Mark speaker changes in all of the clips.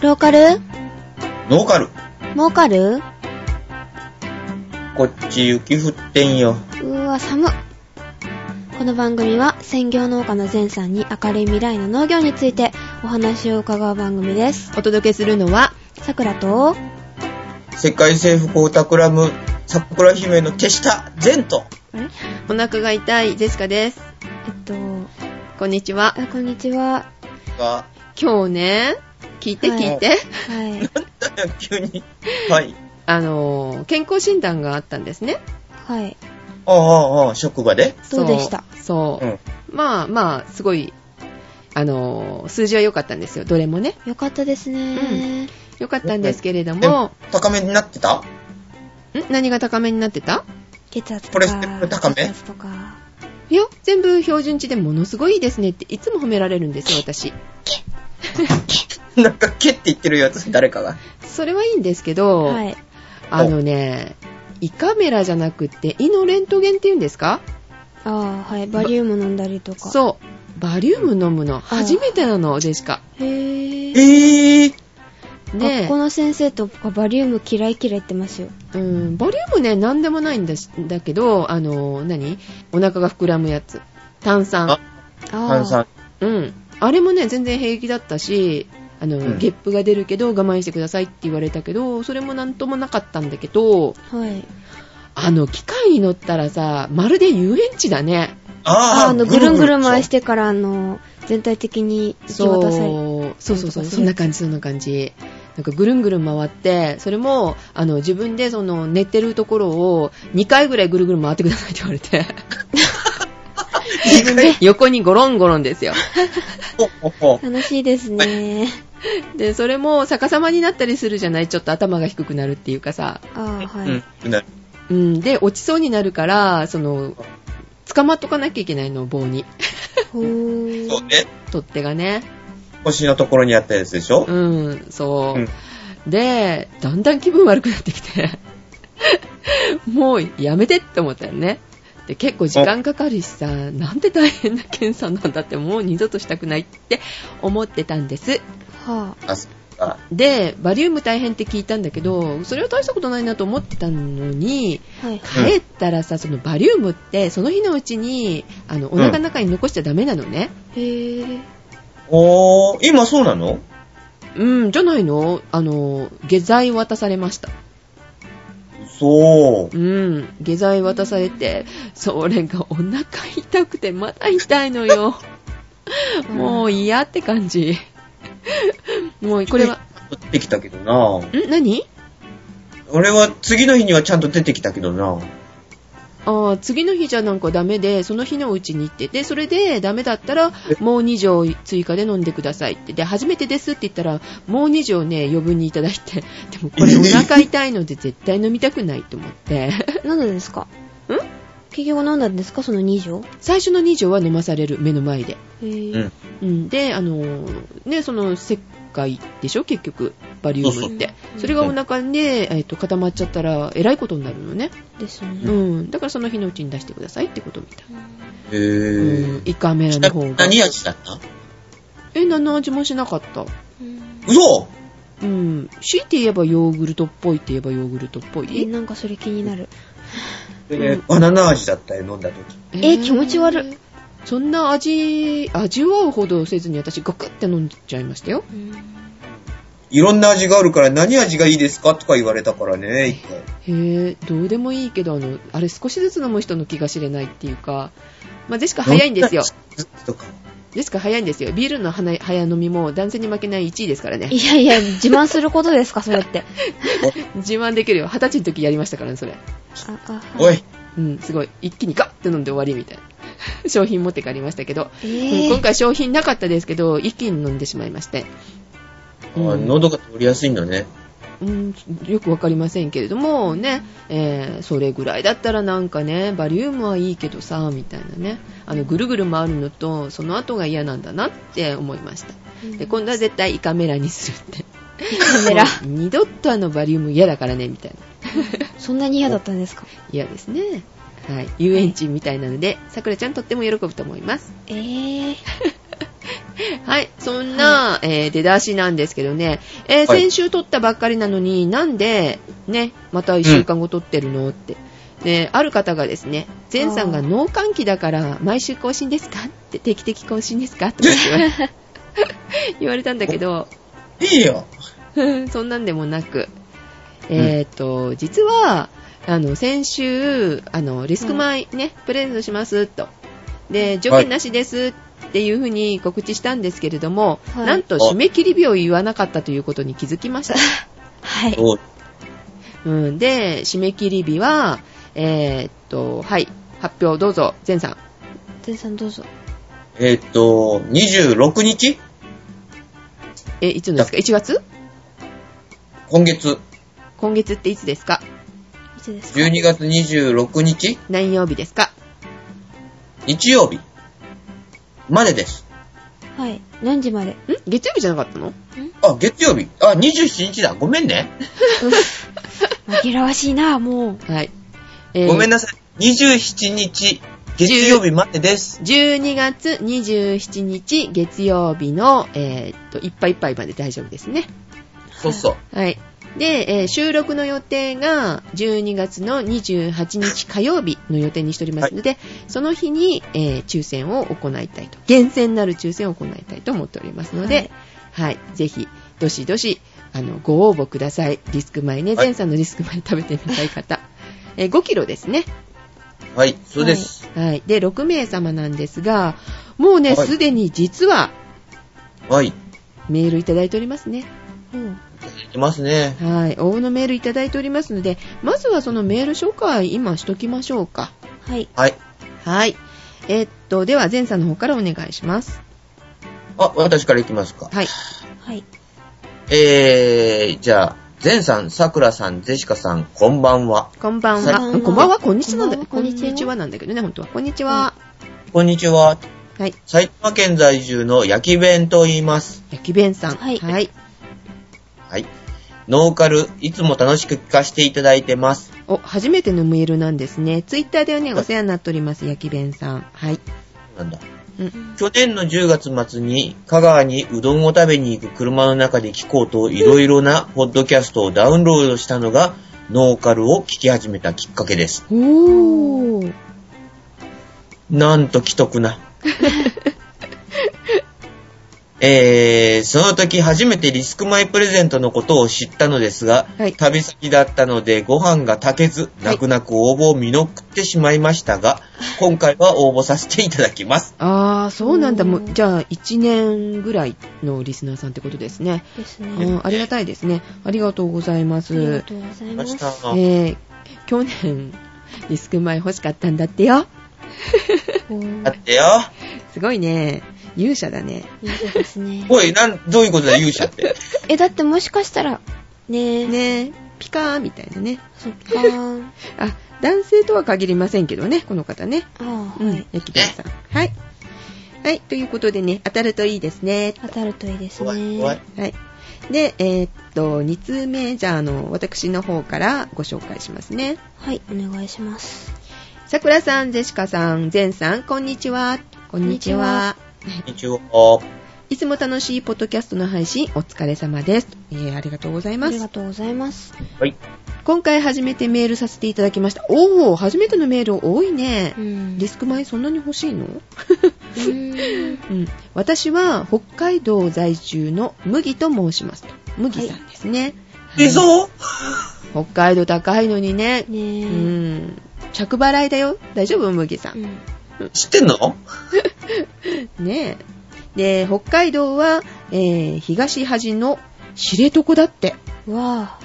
Speaker 1: ローカル
Speaker 2: ノーカル。
Speaker 1: 儲かる
Speaker 2: こっち雪降ってんよ。
Speaker 1: うーわ、寒っ。この番組は専業農家の前さんに明るい未来の農業についてお話を伺う番組です。
Speaker 3: お届けするのは、
Speaker 1: さくらと、
Speaker 2: 世界征服を企む桜姫の手下、善と。
Speaker 1: あれえっ
Speaker 3: お腹が痛いジェシカです。
Speaker 1: と、
Speaker 3: こんにちは。
Speaker 1: あ、こんにちは。
Speaker 2: が、
Speaker 3: 今日ね、聞いて
Speaker 1: はい
Speaker 3: 聞いて。
Speaker 1: はい。
Speaker 2: 急に。はい。
Speaker 3: あのー、健康診断があったんですね。
Speaker 1: はい。
Speaker 2: ああ、ああ、職場で。
Speaker 1: どうでした
Speaker 3: そうう。
Speaker 2: ん。
Speaker 3: まあまあ、すごい、あのー、数字は良かったんですよ。どれもね。
Speaker 1: よかったですね。
Speaker 3: 良かったんですけれど
Speaker 2: で
Speaker 3: も、
Speaker 2: 高めになってた
Speaker 3: ん何が高めになってた
Speaker 1: 血圧とか。
Speaker 2: コレステロール高め
Speaker 1: 血圧とか。
Speaker 3: いや、全部標準値でものすごいいいですねっていつも褒められるんですよ、私。
Speaker 2: なんか、けって言ってるやつ、誰かが。
Speaker 3: それはいいんですけど、
Speaker 1: はい。
Speaker 3: あのね、胃カメラじゃなくて胃のレントゲンっていうんですか
Speaker 1: ああ、はい。バリウム飲んだりとか。う。
Speaker 3: そう。バリウム飲むの初めてなの、ジェシカ。
Speaker 1: へー。
Speaker 2: ええ
Speaker 3: ね
Speaker 1: 学校の先生とかバリウム嫌い嫌い言ってますよ。
Speaker 3: うん、バリウムね、なんでもないんだし、だけど、あの、何お腹が膨らむやつ。炭酸
Speaker 2: あ。
Speaker 1: あ
Speaker 2: 炭
Speaker 1: あ。
Speaker 2: 酸。
Speaker 3: うん。あれもね、全然平気だったし、あの、
Speaker 2: ん
Speaker 3: ゲップが出るけど我慢してくださいって言われたけど、それもなんともなかったんだけど、
Speaker 1: はい。
Speaker 3: あの、機械に乗ったらさ、まるで遊園地だね。
Speaker 2: あ
Speaker 1: あ
Speaker 2: あ、。
Speaker 1: の、ぐるんぐるん回しててから、あの、全体的に行き
Speaker 3: そう
Speaker 1: 渡され
Speaker 3: そうそ
Speaker 1: なんとか
Speaker 3: うそう、
Speaker 1: する
Speaker 3: そんな感じ、そんな感じ。なんかぐるんぐるん回って、それも、あの、自分でその寝てるところを2回ぐらいぐるぐる回ってくださいって言わ れて、
Speaker 2: 自分 で。
Speaker 3: 横にゴロンゴロンですよ。
Speaker 2: ほうほうほう
Speaker 1: 楽しいですね。
Speaker 3: で、それも逆さまになったりするじゃないちょっと頭が低くなるっていうかさ。
Speaker 1: ああ、は
Speaker 2: う
Speaker 1: い
Speaker 2: ん。。なる
Speaker 3: うん。で、落ちそうになるから、その、捕まっとかなきゃいけないの、棒に。
Speaker 1: ほー
Speaker 2: そうね。
Speaker 3: 取っ手がね。
Speaker 2: 腰のところにあったやつでしょ
Speaker 3: うん、そうう。
Speaker 2: ん。
Speaker 3: で、だんだん気分悪くなってきて、 もうやめてって思ったよね。で、結構時間かかるしさ、なんて大変な検査なんだって、もう二度としたくないって思ってたんです。
Speaker 1: は
Speaker 2: あ、そっか。
Speaker 3: で、バリウム大変って聞いたんだけど、それは大したことないなと思ってたのに、
Speaker 1: あ。はい。
Speaker 3: 帰ったらさ、そのバリウムって、その日のうちに、あの、お腹の中に残しちゃダメなのね。
Speaker 1: へー。
Speaker 2: おー、今そうなの
Speaker 3: うん、じゃないのあの、下剤渡されました。
Speaker 2: そう。
Speaker 3: うん、下剤渡されて、それがお腹痛くてまた痛いのよ。も う嫌って感じ。もうこれは、
Speaker 2: 出てきたけどなん
Speaker 3: 何
Speaker 2: 俺は次の日にはちゃんと出てきたけどな
Speaker 3: あー次の日じゃなんかダメで、その日のうちに行って、で、それでダメだったら、もう2錠追加で飲んでくださいって。で、初めてですって言ったら、もう2錠ね、余分にいただいて。でもこれお腹痛いので絶対飲みたくないと思って。
Speaker 1: 何なんですかん結局飲んだんですかその2錠
Speaker 3: 最初の2錠は飲まされる、目の前で。
Speaker 1: へ
Speaker 2: う
Speaker 1: ー
Speaker 2: ん。
Speaker 3: うん、で、あのーね、その石灰でしょ、結局、バリウムって。
Speaker 1: そうそう
Speaker 3: それがお腹にね、えっと固まっちゃったら、えらいことになるのね。
Speaker 1: です
Speaker 3: う
Speaker 1: ね。
Speaker 3: ん、だからその日のうちに出してくださいってことみたい。
Speaker 2: へ
Speaker 3: うん
Speaker 2: ぇ、
Speaker 3: 胃カメラの方が。
Speaker 2: 何味だった
Speaker 3: え、何の味もしなかった。
Speaker 1: うん
Speaker 2: 嘘
Speaker 3: うん、強いて言えばヨーグルトっぽいって言えばヨーグルトっぽ
Speaker 1: え
Speaker 3: い。
Speaker 1: なんかそれ気になる。
Speaker 2: えーバナナ味だったよ、飲んだ時。
Speaker 3: え
Speaker 1: え気持ち悪い
Speaker 3: い。そんな味、味わうほどせずに私ガクって飲んじゃいましたよ。
Speaker 2: いろんな味があるから何味がいいですかとか言われたからね、一回。
Speaker 3: へえ、どうでもいいけど、あの、あれ少しずつ飲む人の気が知れないっていうか、まあ、ジェシカ早いんで すよ。
Speaker 2: とか。
Speaker 3: ジェシカ早いんですよ。ビールの花早飲みも男性に負けない1位ですからね。
Speaker 1: いやいや、自慢することですかそれって。
Speaker 3: 自慢できるよ。20歳の時やりましたからね、それ。
Speaker 1: あ、あ、はい
Speaker 2: おい、
Speaker 3: うん、すごい。一気にガッて飲んで終わりみたいな。 商品持って帰りましたけど、
Speaker 1: え
Speaker 3: うん
Speaker 1: ー
Speaker 3: 今回商品なかったですけど、一気に飲んでしまいまして。
Speaker 2: あー
Speaker 3: うん
Speaker 2: 喉が通りやすいんだね。
Speaker 3: うん、よくわかりませんけれどもね、えーそれぐらいだったらなんかね、バリウムはいいけどさ、みたいなね、あの、ぐるぐる回るのと、その後が嫌なんだなって思いました。で、今度は絶対胃カメラにするって。
Speaker 1: カメラ
Speaker 3: もう二度とあのバリウム嫌だからね、みたいな。
Speaker 1: そんなに嫌だったんですか
Speaker 3: 嫌ですね。はい。遊園地みたいなので、さくらちゃんとっても喜ぶと思います。
Speaker 1: えー。
Speaker 3: ははい。そんな、えー出だしなんですけどね、えー
Speaker 2: はい
Speaker 3: 先週撮ったばっかりなのに、なんで、ね、また1週間後撮ってるのって。で、ある方がですね、ゼンさんが
Speaker 1: あー
Speaker 3: 脳換気だから、毎週更新ですかって、定期的更新ですかとか言われ言われたんだけど、
Speaker 2: いいよ。
Speaker 3: そんなんでもなく、えっ、と、実は、あの、先週、あの、リスク米ね、プレゼントします、と。で、条件なしです、っていうふうに告知したんですけれども、
Speaker 1: はい
Speaker 3: なんと締め切り日を言わなかったということに気づきま した。
Speaker 1: はい。
Speaker 2: そう
Speaker 3: うん、で、締め切り日は、えっと、はい、発表どうぞ、全さん。
Speaker 1: てんさんどうぞ。
Speaker 2: えーっと、26日
Speaker 3: え、いつのですか ?1 月
Speaker 2: 今月、
Speaker 3: 今月っていつですか
Speaker 1: いつですか
Speaker 2: 12月26日
Speaker 3: 何曜日ですか
Speaker 2: 日曜日までです。
Speaker 1: はい。何時まで
Speaker 3: ん月曜日じゃなかったの
Speaker 2: あ、月曜日。あ、27日だ。ごめんね。
Speaker 1: 紛らわしいな、もう。
Speaker 3: はい。えー
Speaker 2: ごめんなさい。27日、月曜日までです。
Speaker 3: 12月27日月曜日の、えーっと、いっぱいいっぱいまで大丈夫ですね。
Speaker 2: そうそう。
Speaker 3: はい。で、えー収録の予定が12月の28日火曜日の予定にしておりますので、その日に、えー抽選を行いたいと、厳選なる抽選を行いたいと思っておりますので、はい、ぜひ、どしどし、あの、ご応募ください。リスク前ね、
Speaker 2: はい
Speaker 3: 前さんのリスク前食べてみたい 方。えー5キロですね。
Speaker 2: はい、そうです。
Speaker 3: はい。で、6名様なんですが、もうね、
Speaker 2: はい
Speaker 3: すでに実は
Speaker 2: はい。い
Speaker 3: メールいただいておりますね。
Speaker 1: うん。
Speaker 2: ただいてますね。
Speaker 3: はい。応募のメールいただいておりますので、まずはそのメール紹介、今しときましょうか。
Speaker 1: はい。
Speaker 2: はい。
Speaker 3: はい。えっと、では、前さんの方からお願いします。
Speaker 2: あ、私から行きますか。
Speaker 3: はい。
Speaker 1: はい。
Speaker 2: えー、じゃあ、ゼンさん、さくらさん、ゼシカさん、こんばんは。
Speaker 3: こんば
Speaker 1: こん
Speaker 3: ん
Speaker 1: ばん
Speaker 3: は。
Speaker 1: は
Speaker 3: あこんばんは、こんにちはなんだ。
Speaker 1: こんばんはこんにちは
Speaker 3: こんにちはなんだけどね、本当は。こんにちは。
Speaker 2: こんにちは。
Speaker 3: はい。
Speaker 2: 埼玉県在住の焼き弁と言います。
Speaker 3: 焼き弁さん。
Speaker 1: はい
Speaker 3: はい。
Speaker 2: はい。ノーカル、いつも楽しく聞かせていただいてます。
Speaker 3: お、初めてのメールなんですね。ツイッターではね、お世話になっております、焼き弁さん。はい。
Speaker 2: なんだ。
Speaker 3: うん。
Speaker 2: 去年の10月末に香川にうどんを食べに行く車の中で聞こうといろいろなポッドキャストをダウンロードしたのがノーカルを聞き始めたきっかけです。
Speaker 3: おー。
Speaker 2: なんと既得 な。えー、その時初めてリスクマイプレゼントのことを知ったのですが、
Speaker 3: はい
Speaker 2: 旅先だったのでご飯が炊けず、
Speaker 3: はい
Speaker 2: 泣く泣く応募を見送ってしまいましたが、今回は応募させていただきます。
Speaker 3: ああ、そうなんだ。
Speaker 1: うん
Speaker 3: もうじゃあ、1年ぐらいのリスナーさんってことですね。
Speaker 1: です
Speaker 3: う
Speaker 1: ね。
Speaker 3: ん、ありがたいですね。ありがとうございま
Speaker 1: ありが
Speaker 3: す。
Speaker 1: とうござい
Speaker 2: ま
Speaker 1: ま
Speaker 2: し
Speaker 1: す。
Speaker 2: た。
Speaker 3: えー、去年、リスク前欲しかったんだってよ。
Speaker 1: お
Speaker 2: だっ
Speaker 1: ー。
Speaker 2: てよ。
Speaker 3: すごいね。勇者だね。
Speaker 1: いいですね。
Speaker 2: おい、なん、どういう ことだ、勇者って。
Speaker 1: え、だってもしかしたら、ねえ。
Speaker 3: ねピカーみたいなね。
Speaker 1: そっかー。
Speaker 3: あ、男性とは限りませんけどね、この方ね。
Speaker 1: ああ、
Speaker 3: う
Speaker 1: は
Speaker 3: ん
Speaker 1: い。、
Speaker 3: 焼き鳥さん。はい。はい、ということでね、当たるといいですね。
Speaker 1: 当たるといいですね。
Speaker 2: 怖い、怖い。
Speaker 3: はい。で、えーっと、2通目、じゃあ、あの、私の方からご紹介しますね。
Speaker 1: はい、お願いします。
Speaker 3: さくらさん、ジェシカさん、ゼンさん、こんにちは。こん
Speaker 1: にちは。
Speaker 2: 一応、
Speaker 3: いつも楽しいポッドキャストの配信、お疲れ様です。えー、ありがとうござい
Speaker 1: あ
Speaker 3: ま
Speaker 1: りが
Speaker 3: す。
Speaker 1: とうございます。
Speaker 2: はい。
Speaker 3: 今回初めてメールさせていただきました。おー、初めてのメール多いね
Speaker 1: う。ん。
Speaker 3: リスク前そんなに欲しいの
Speaker 1: うーん。
Speaker 3: うん。私は北海道在住の麦と申します。麦さんですね。はい
Speaker 2: え、そう
Speaker 3: 北海道高いのにね。う
Speaker 1: ねえ。
Speaker 3: ん。着払いだよ。大丈夫麦さん
Speaker 1: う。ん。
Speaker 2: 知ってんの
Speaker 3: ねえ。で、北海道は、えー東端の知床だって。
Speaker 1: うわ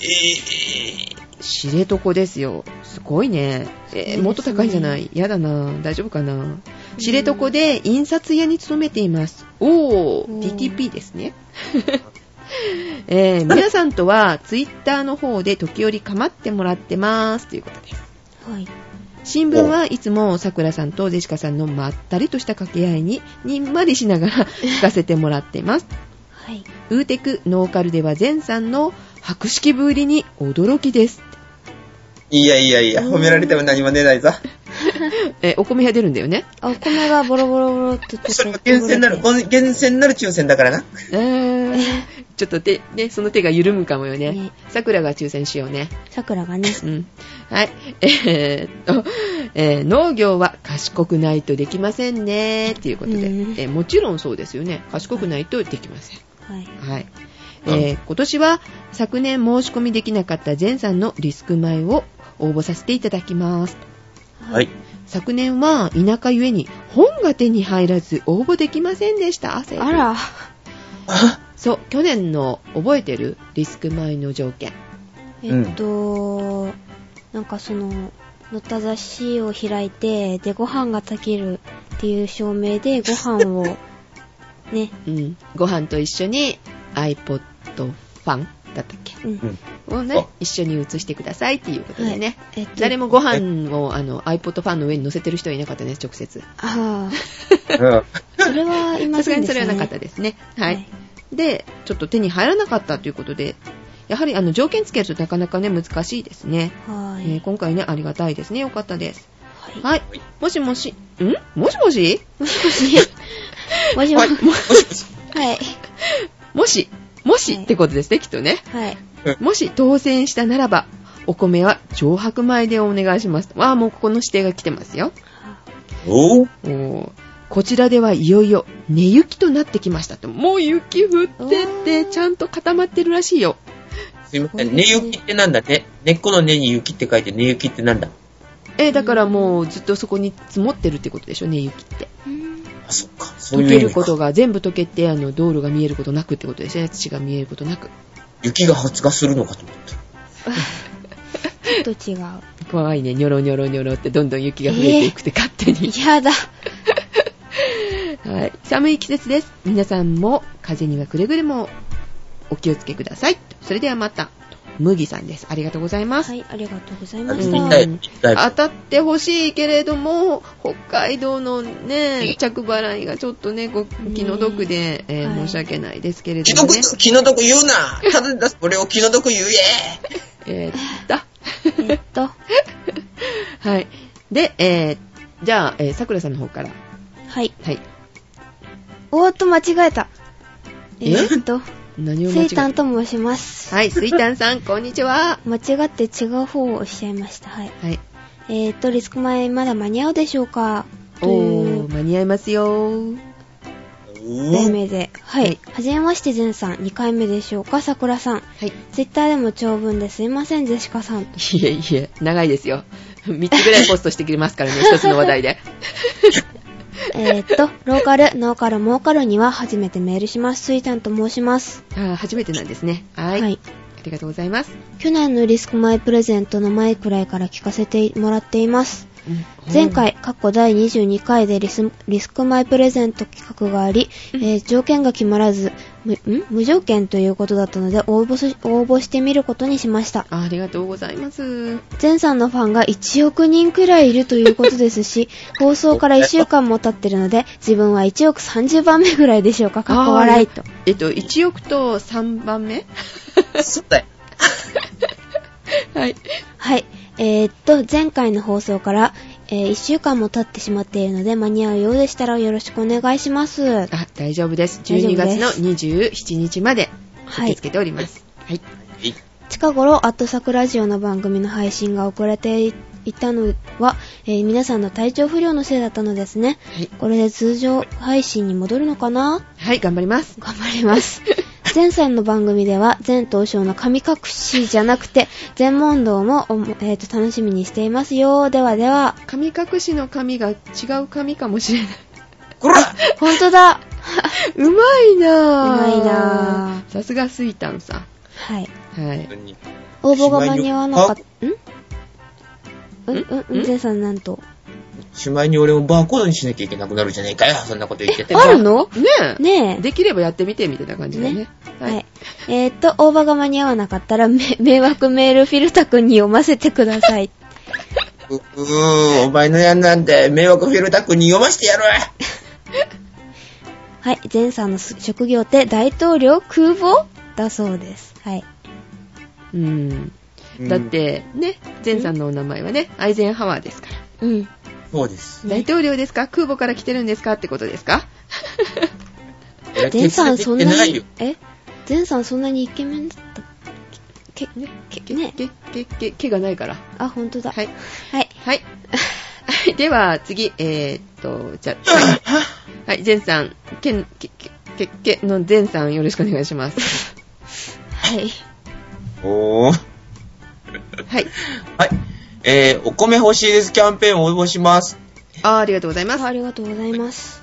Speaker 2: え
Speaker 3: 知床ですよ。すごいね。えー
Speaker 1: すごいですね
Speaker 3: もっと高いんじゃないやだな。大丈夫かな。知床で印刷屋に勤めています。お
Speaker 1: お
Speaker 3: ー、
Speaker 1: ー
Speaker 3: DTP ですね。 えー皆さんとは、ツイッターの方で時折構ってもらってます。ということです。
Speaker 1: ーはい。
Speaker 3: 新聞はいつも桜さんとジェシカさんのまったりとした掛け合いに、にんまりしながら聞かせてもらっています。
Speaker 1: はい。
Speaker 3: ウーテクノーカルでは前さんの博識ぶりに驚きです。
Speaker 2: ーいやいやいや、
Speaker 1: うん
Speaker 2: 褒められても何も出ないぞ。
Speaker 3: え、お米が出るんだよね。
Speaker 1: あお米がボロボロボロってちょっと
Speaker 2: それは厳選な る、こん厳選なる抽選だからな。
Speaker 3: えーちょっと手、ね、その手が緩むかもよね
Speaker 1: ね。
Speaker 3: 桜が抽選しようね。
Speaker 1: 桜がね。
Speaker 3: うん。はい。えーっと、えー農業は賢くないとできませんね。っていうことで、
Speaker 1: うん
Speaker 3: えーもちろんそうですよね。賢くないとできません。
Speaker 1: はい。
Speaker 3: はい。え
Speaker 2: うん
Speaker 3: ー今年は昨年申し込みできなかった全さんのリスク米を応募させていただきます。
Speaker 2: はい。
Speaker 3: 昨年は田舎ゆえに本が手に入らず応募できませんでした。汗。
Speaker 1: あら、
Speaker 2: あ
Speaker 3: そう、去年の覚えてるリスク米の条件。
Speaker 1: えっと、なんかその、乗った雑誌を開いて、で、ご飯が炊けるっていう証明で、ご飯を、ね、
Speaker 3: うん。ご飯と一緒に iPod ファンだったっけ
Speaker 1: うん。
Speaker 2: うん。
Speaker 3: を
Speaker 2: あ
Speaker 3: ね、一緒に写してくださいっていうことでね。
Speaker 1: はいえっと
Speaker 3: 誰もご飯をあの iPod ファンの上に乗せてる人はいなかったね、直接。
Speaker 1: あ
Speaker 2: うん
Speaker 1: あ、それはいま
Speaker 3: さす
Speaker 1: せ
Speaker 3: が
Speaker 1: ん
Speaker 3: に
Speaker 1: で
Speaker 3: そ
Speaker 1: した、ね。
Speaker 3: れはなかったですね。はい。で、ちょっと手に入らなかったということで、やはりあの条件つけるとなかなかね、難しいですね。
Speaker 1: は
Speaker 3: えー
Speaker 1: い。
Speaker 3: 今回ね、ありがたいですね。よかったです。
Speaker 1: はい。
Speaker 3: はい。もしもし、んもし
Speaker 1: も
Speaker 3: もし
Speaker 1: しもし、もしも
Speaker 2: はい。
Speaker 1: し、
Speaker 2: もしもし。
Speaker 1: はい。
Speaker 3: もし、もし
Speaker 1: はい
Speaker 3: ってことですね、きっとね。
Speaker 1: はい。
Speaker 3: もし当選したならば、お米は上白米でお願いします。わあ、もうここの指定が来てますよ。
Speaker 2: おぉ
Speaker 3: おーこちらではいよいよ寝雪となってきましたって。もう雪降ってて、
Speaker 1: おー
Speaker 3: ちゃんと固まってるらしいよ。
Speaker 2: すいません。根雪ってなんだね。根っこの根に雪って書いて根雪ってなんだ
Speaker 3: えーだからもうずっとそこに積もってるってことでしょ、ね、雪って。
Speaker 2: あ、そっか。そう
Speaker 3: 溶
Speaker 2: いう
Speaker 3: け
Speaker 2: 意
Speaker 3: る
Speaker 2: 味か
Speaker 3: ことが、全部溶けて、あの、道路が見えることなくってことですね。土が見えることなく。
Speaker 2: 雪が発芽するのかと思った。
Speaker 1: ちょっと違う。
Speaker 3: 怖いね、ニョロニョロニョロってどんどん雪が増えていくって勝手に。
Speaker 1: やだ。
Speaker 3: はい。寒い季節です。皆さんも、風にはくれぐれもお気をつけください。それではまた、麦さんです。ありがとうございます。
Speaker 1: はい、ありがとうござい
Speaker 2: あ
Speaker 1: ま
Speaker 2: 見
Speaker 1: した。
Speaker 2: たい、見たい。
Speaker 3: 当たってほしいけれども、北海道のね、着払いがちょっとね、ご気の毒で、えー
Speaker 1: はい
Speaker 3: 申し訳ないですけれ
Speaker 2: 気
Speaker 3: ど
Speaker 2: の
Speaker 3: も
Speaker 2: 毒
Speaker 3: ね。、
Speaker 2: 気の毒言うなただだ、俺を気の毒言え
Speaker 3: えーっと、
Speaker 1: えっと、
Speaker 3: はい。で、えー、じゃあ、えー、桜さんの方から。
Speaker 1: はい。
Speaker 3: はい。
Speaker 1: おーっと、間違えた。え
Speaker 3: え
Speaker 1: ーっと、
Speaker 3: 何を間
Speaker 1: セ
Speaker 3: 違
Speaker 1: イタン
Speaker 3: え
Speaker 1: と申します。
Speaker 3: はい、スイタンさん、こんにちは。
Speaker 1: 間違って違う方をおっしゃいました。はい。
Speaker 3: はい。
Speaker 1: えーっと、リスク前まだ間に合うでしょうかとい
Speaker 3: お
Speaker 1: う
Speaker 3: ー、間に合いますよ。
Speaker 1: 題
Speaker 2: う
Speaker 1: 名で。は
Speaker 3: はい
Speaker 1: い。はじめまして、ゼンさん。2回目でしょうか桜さん。
Speaker 3: はい。
Speaker 1: ツイッターでも長文ですいません、ジェシカさん。
Speaker 3: いえいえ、長いですよ。3つぐらいポストしてくれますから ね、一つの話題で。
Speaker 1: えーっと、ローカル、ノーカル、モーカルには初めてメールします。スイタンと申します。
Speaker 3: あー初めてなんですね。はい。ありがとうございます。
Speaker 1: 去年のリスク前プレゼントの前くらいから聞かせてもらっています。前回、過去第22回でリスリスク前プレゼント企画があり、えー条件が決まらず、むん無条件ということだったので応募し、応募してみることにしました。
Speaker 3: あありがとうございます。
Speaker 1: 前さんのファンが1億人くらいいるということですし、放送から1週間も経ってるので、自分は1億30番目ぐらいでしょうか、かっこ笑いと。
Speaker 3: えっと、1億と3番目
Speaker 2: ん。そうだよ。
Speaker 3: はい。
Speaker 1: はい。えーっと、前回の放送から、え1週間も経ってしまっているので、間に合うようでしたらよろしくお願いします。
Speaker 3: あ、大丈夫です。
Speaker 1: 大丈
Speaker 3: 12
Speaker 1: 夫で
Speaker 3: 月
Speaker 1: す
Speaker 3: の27日まで
Speaker 1: は
Speaker 3: 受け
Speaker 1: い
Speaker 3: 付。けております。はい。
Speaker 2: い
Speaker 1: 近頃、アットサクラジオの番組の配信が遅れていたのは、えー皆さんの体調不良のせいだったのですね。
Speaker 3: はい。
Speaker 1: これで通常配信に戻るのかな
Speaker 3: はい、頑張ります。
Speaker 1: 頑張り ます。前さんの番組では、前東証の神隠しじゃなくて、全問答もおも、えーと楽しみにしていますよ。ではでは、
Speaker 3: 神隠しの神が違う神かもしれ ない。
Speaker 2: こら
Speaker 1: ほんとだ
Speaker 3: うまいなぁ。
Speaker 1: うまいなぁ
Speaker 3: さすがスイタンさ
Speaker 1: はい。
Speaker 3: ん。はい。
Speaker 1: 応募が間に合わなかった。んうんんうん
Speaker 3: ん
Speaker 1: 前さんなんと。
Speaker 2: しまいに俺もバーコードにしなきゃいけなくなるじゃないかよ。そんなこと言ってて
Speaker 1: え。あるの
Speaker 3: ねえ。
Speaker 1: ねえ。
Speaker 3: できればやってみてみたいな感じでね。
Speaker 1: ね
Speaker 3: は。
Speaker 1: はいい。えーっと、応募が間に合わなかったら、め 迷惑メールフィルタ君に読ませてくだ さい。
Speaker 2: ううーん、お前のやんなんて迷惑フィルタ君に読ましてやる
Speaker 1: はい。前さんの職業って大統領空母だそうです。はい。
Speaker 3: うん。だっ、て、ね、ゼンさんのお名前はね、アイゼンハワーですから。
Speaker 1: うん。
Speaker 2: そうです。
Speaker 3: 大統領ですか空母から来てるんですかってことで すか
Speaker 1: ゼンさんそん
Speaker 2: 消
Speaker 1: な
Speaker 2: されてい
Speaker 1: に、えゼンさんそんなにイケメンだったけ、け、ね、
Speaker 3: け、け、け、けがないから。
Speaker 1: あ、ほんとだ。
Speaker 3: はい。
Speaker 1: はい。
Speaker 3: はい。はいでは、次、えー、っと、じゃあ、 はい、ゼンさん、けん、け、け、け、けのゼンさん、よろしくお願いします。
Speaker 1: はい。
Speaker 2: おー。
Speaker 3: はい。
Speaker 2: はい。えー、お米欲しいですキャンペーンを応募します。
Speaker 3: あーありがとうございます。
Speaker 1: ありがとうございます。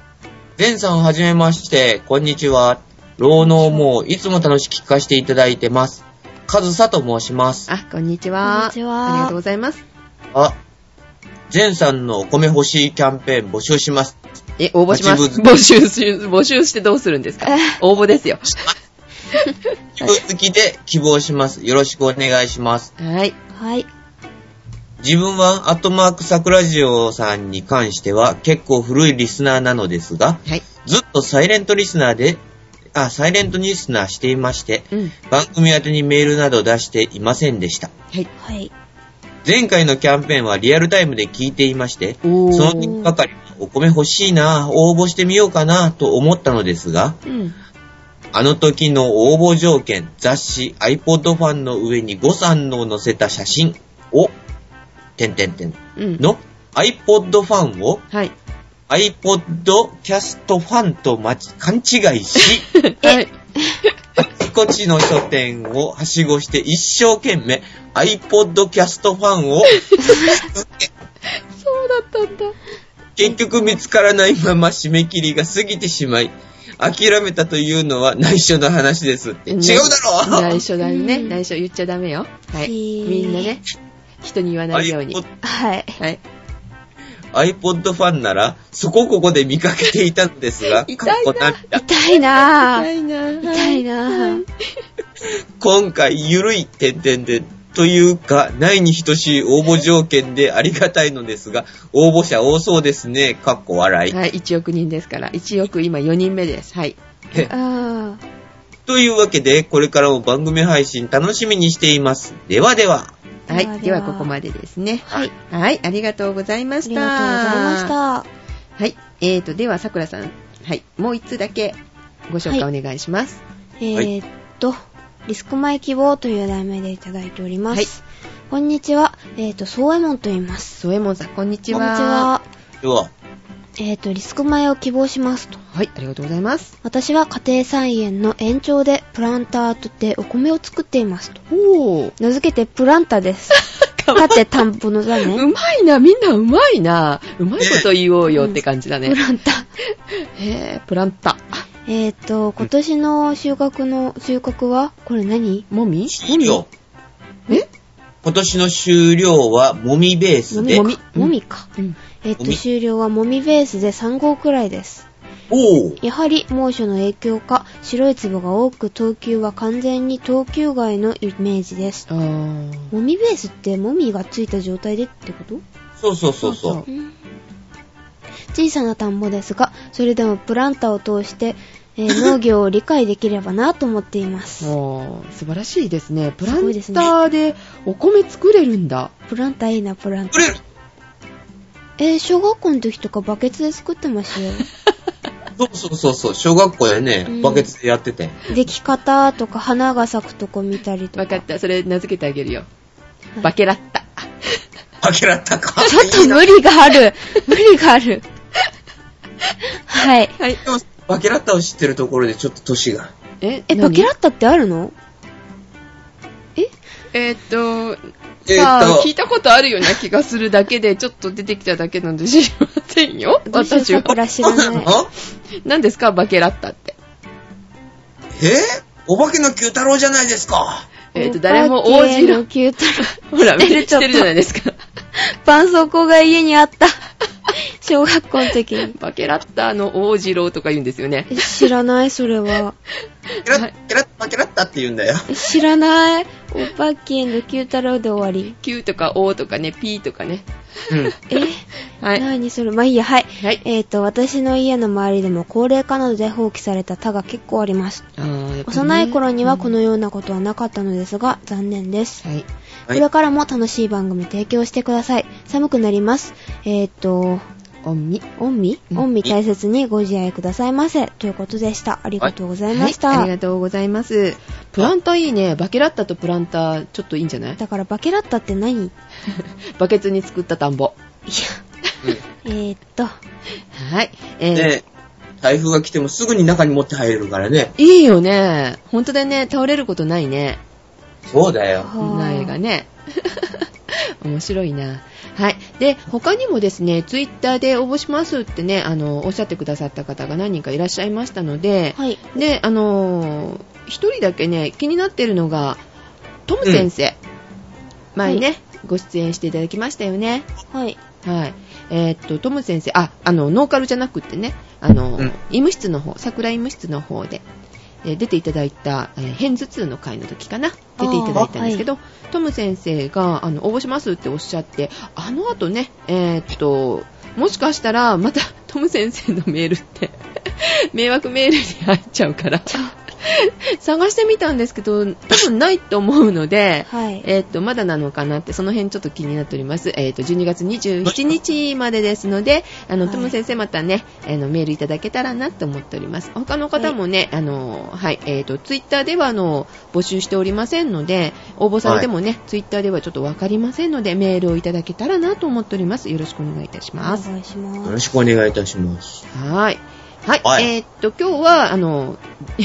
Speaker 2: ゼンさんはじめまして、こんにちは。老能もいつも楽しく聞かせていただいてます。カズサと申します。
Speaker 3: あ、こんにちは。
Speaker 1: こんにちは
Speaker 3: ありがとうございます。
Speaker 2: あ、ゼンさんのお米欲しいキャンペーン募集します。
Speaker 3: え、応募しま
Speaker 2: 八
Speaker 3: す。
Speaker 2: 分
Speaker 3: 募集し、募集してどうするん ですか
Speaker 1: え
Speaker 3: 応募ですよ。
Speaker 2: 一月で希望します。よろしくお願いします。
Speaker 3: はい。
Speaker 1: はい。
Speaker 2: 自分はアットマーク桜オさんに関しては結構古いリスナーなのですが、
Speaker 3: はい。
Speaker 2: ずっとサイレントリスナーで、あ、サイレントリスナーしていまして、
Speaker 3: うん。
Speaker 2: 番組宛てにメールなど出していませんでした。
Speaker 3: はい。
Speaker 1: はい。
Speaker 2: 前回のキャンペーンはリアルタイムで聞いていまして、
Speaker 3: おー。
Speaker 2: その時ばかりお米欲しいな、応募してみようかなと思ったのですが、
Speaker 3: うん。
Speaker 2: あの時の応募条件、雑誌 iPod ファンの上に誤算の載せた写真を、点点点
Speaker 3: うん。
Speaker 2: の iPod ファンを
Speaker 3: はい。
Speaker 2: iPod キャストファンとまち勘違いし、
Speaker 3: はい。
Speaker 2: あちこちの書店をはしごして一生懸命 iPod キャストファンを
Speaker 3: そうだったんだ。
Speaker 2: 結局見つからないまま締め切りが過ぎてしまい、諦めたというのは内緒の話ですって。違うだろ
Speaker 3: 内緒だね。
Speaker 1: うん
Speaker 3: 内緒言っちゃダメよ。はい。
Speaker 1: へー
Speaker 3: みんなね、人に言わないように。
Speaker 1: はい。
Speaker 3: はい。
Speaker 2: iPod ファンなら、そこここで見かけていたのですが、
Speaker 3: 痛い
Speaker 2: 過
Speaker 3: な
Speaker 2: 去涙
Speaker 1: 痛い な
Speaker 3: 痛
Speaker 1: ぁ。
Speaker 3: いなぁ。
Speaker 1: 痛いなぁ。
Speaker 2: 今回、ゆるい点々で、というか、ないに等しい応募条件でありがたいのですが、応募者多そうですね。かっこ笑い。
Speaker 3: はい、1億人ですから。1億今4人目です。はい。
Speaker 1: あー
Speaker 2: というわけで、これからも番組配信楽しみにしています。ではでは。
Speaker 3: は。
Speaker 1: ではい
Speaker 3: ではここまでですね。
Speaker 1: はい。
Speaker 3: はい、ありがとうございま
Speaker 1: あ
Speaker 3: し
Speaker 1: り
Speaker 3: た。
Speaker 1: がとうございました。
Speaker 3: はい。えーと、では、さくらさん。はい。もう一通だけご紹介
Speaker 1: は
Speaker 3: お願いします。
Speaker 2: はい
Speaker 1: えーっと、リスク前希望という題名でいただいております。こんにちは。えーっと、そうえもんと言います。
Speaker 3: ソエモンさん、こんにちは。
Speaker 1: こんにち。は。
Speaker 2: では、
Speaker 1: えーっと、リスク前を希望しますと。
Speaker 3: はい、ありがとうございます。
Speaker 1: 私は家庭菜園の延長でプランターとてお米を作っていますと。
Speaker 3: おー。
Speaker 1: 名付けてプランタです。 縦田んぼの種。
Speaker 3: うまいな、みんなうまいな。うまいこと言おうよって感じだね
Speaker 1: プ。ランタ。
Speaker 3: へぇ、プランタ。
Speaker 1: えーっと、今年の収穫の、収穫はこれ何
Speaker 3: もみ
Speaker 2: 終了。
Speaker 3: え
Speaker 2: 今年の終了は、もみベースで
Speaker 3: も。み
Speaker 1: もみか。
Speaker 3: うん。
Speaker 1: えーっ
Speaker 2: も
Speaker 1: と、
Speaker 2: み
Speaker 1: 終了はもみベースで3号くらいです。
Speaker 2: おー。
Speaker 1: やはり猛暑の影響か、白い粒が多く等級は完全に等級外のイメージです。
Speaker 3: あー。
Speaker 1: もみベースってもみがついた状態でってこと
Speaker 2: そうそうそうそう。
Speaker 3: そう
Speaker 1: 小さな田んぼですが、それでもプランターを通して、え ー農業を理解できればなと思っています。
Speaker 3: もう、素晴らしいですね。プラン
Speaker 1: す
Speaker 3: タ
Speaker 1: ごいですね
Speaker 3: ーでお米作れるんだ。
Speaker 1: プランターいいな、プランタ
Speaker 2: くれる
Speaker 1: ー。えー小学校の時とかバケツで作ってました よ。
Speaker 2: そうそうそうそう。小学校でね
Speaker 1: う、ん
Speaker 2: バケツでやってて。
Speaker 1: でき方とか花が咲くとこ見たりと
Speaker 3: わ
Speaker 1: か。
Speaker 3: かった。それ名付けてあげるよ。バケラッ タ。
Speaker 2: あけらった か。
Speaker 1: ちょっと無理がある。無理がある。はい。
Speaker 3: はい。
Speaker 2: でも、バケラッタを知ってるところでちょっと歳が。
Speaker 3: え
Speaker 1: え、
Speaker 3: 何
Speaker 1: バケラッタってあるのえ
Speaker 3: えーっと、
Speaker 2: えー
Speaker 3: さあ、
Speaker 2: っ
Speaker 3: 聞いたことあるような気がするだけで、ちょっと出てきただけなんで知りませんよ。
Speaker 1: どうしよう
Speaker 3: 私は。
Speaker 1: 桜知
Speaker 2: と、
Speaker 1: ら
Speaker 2: そうな
Speaker 1: ない。
Speaker 2: の
Speaker 3: 何ですか、バケラッタって。
Speaker 2: えーお化けの九太郎じゃないですか。
Speaker 3: えーっと、誰も応じ
Speaker 1: お化けの
Speaker 3: る。
Speaker 1: キュート
Speaker 3: ほら、命令してるじゃないですか。
Speaker 1: 絆創膏が家にあった。 小学校の時に。
Speaker 3: バケラッタの王次郎とか言うんですよね。
Speaker 1: え知らない、それは。
Speaker 2: バケラッ
Speaker 3: はい
Speaker 2: バケラッタ、バケラッタって言うんだよ。
Speaker 1: え知らない。お化けの九太郎で終わり。
Speaker 3: Q とか O とかね、P とかね。
Speaker 2: うん。
Speaker 1: え、
Speaker 3: はい
Speaker 1: 何それまあいいや、はい。
Speaker 3: はい
Speaker 1: えっ、と、私の家の周りでも高齢化などで放棄された他が結構あります。
Speaker 3: あーやっぱりね
Speaker 1: 幼い頃にはこのようなことはなかったのですが、残念です。
Speaker 3: はい。
Speaker 1: こ
Speaker 2: はい
Speaker 1: れからも楽しい番組提供してください。寒くなります。えっ、と、
Speaker 3: おみ。
Speaker 1: 恩美
Speaker 3: うん
Speaker 1: 恩美大切にご自愛くださいませ。ということでした。ありがとうございました。
Speaker 3: はいありがとうございます。プランターいいね。バケラッタとプランター、ちょっといいんじゃない
Speaker 1: だから、バケラッタって何いや、
Speaker 3: バケツに作った田んぼ。
Speaker 1: えー、っと、
Speaker 3: はい。えー
Speaker 2: ね台風が来てもすぐに中に持って入れるからね。
Speaker 3: いいよね。本当だね。倒れることないね。
Speaker 2: そうだよ。
Speaker 1: はあ
Speaker 3: 苗がね。 面白いな。はい。で、他にもですね、ツイッターで応募しますってね、あの、おっしゃってくださった方が何人かいらっしゃいましたので、
Speaker 1: はい。
Speaker 3: で、あのー一人だけね、気になってるのが、トム先生。前ね、ご出演していただきましたよね。
Speaker 1: はい。
Speaker 3: はい。えーっと、トム先生、あ、あの、ノーカルじゃなくってね、あの、
Speaker 2: うん
Speaker 3: 医務室の方、桜医務室の方で、えー出ていただいた、えー偏頭痛の会の時かな、出ていただいたんですけど、トム先生が、あの、応募しますっておっしゃって、あの後ね、えーっと、もしかしたら、また、トム先生のメールって、 迷惑メールに入っちゃうから、探してみたんですけど、多分ないと思うので、
Speaker 1: はい。
Speaker 3: えーっと、まだなのかなって、その辺ちょっと気になっております。えーっと、12月27日までですので、あの、
Speaker 1: はい
Speaker 3: トム先生またね、あの、メールいただけたらなって思っております。他の方もね、あの、はい、えーっと、ツイッターでは、あの、募集しておりませんので、応募されてもね、ツイッターではちょっとわかりませんので、メールをいただけたらなと思っております。よろしくお願いいたし
Speaker 1: お
Speaker 3: ます。
Speaker 1: 願いし
Speaker 2: よ
Speaker 1: ま
Speaker 2: ろ
Speaker 1: す。
Speaker 2: しくお願いいたします。
Speaker 3: はい。はい。
Speaker 2: はい
Speaker 3: えーっと、今日は、あの、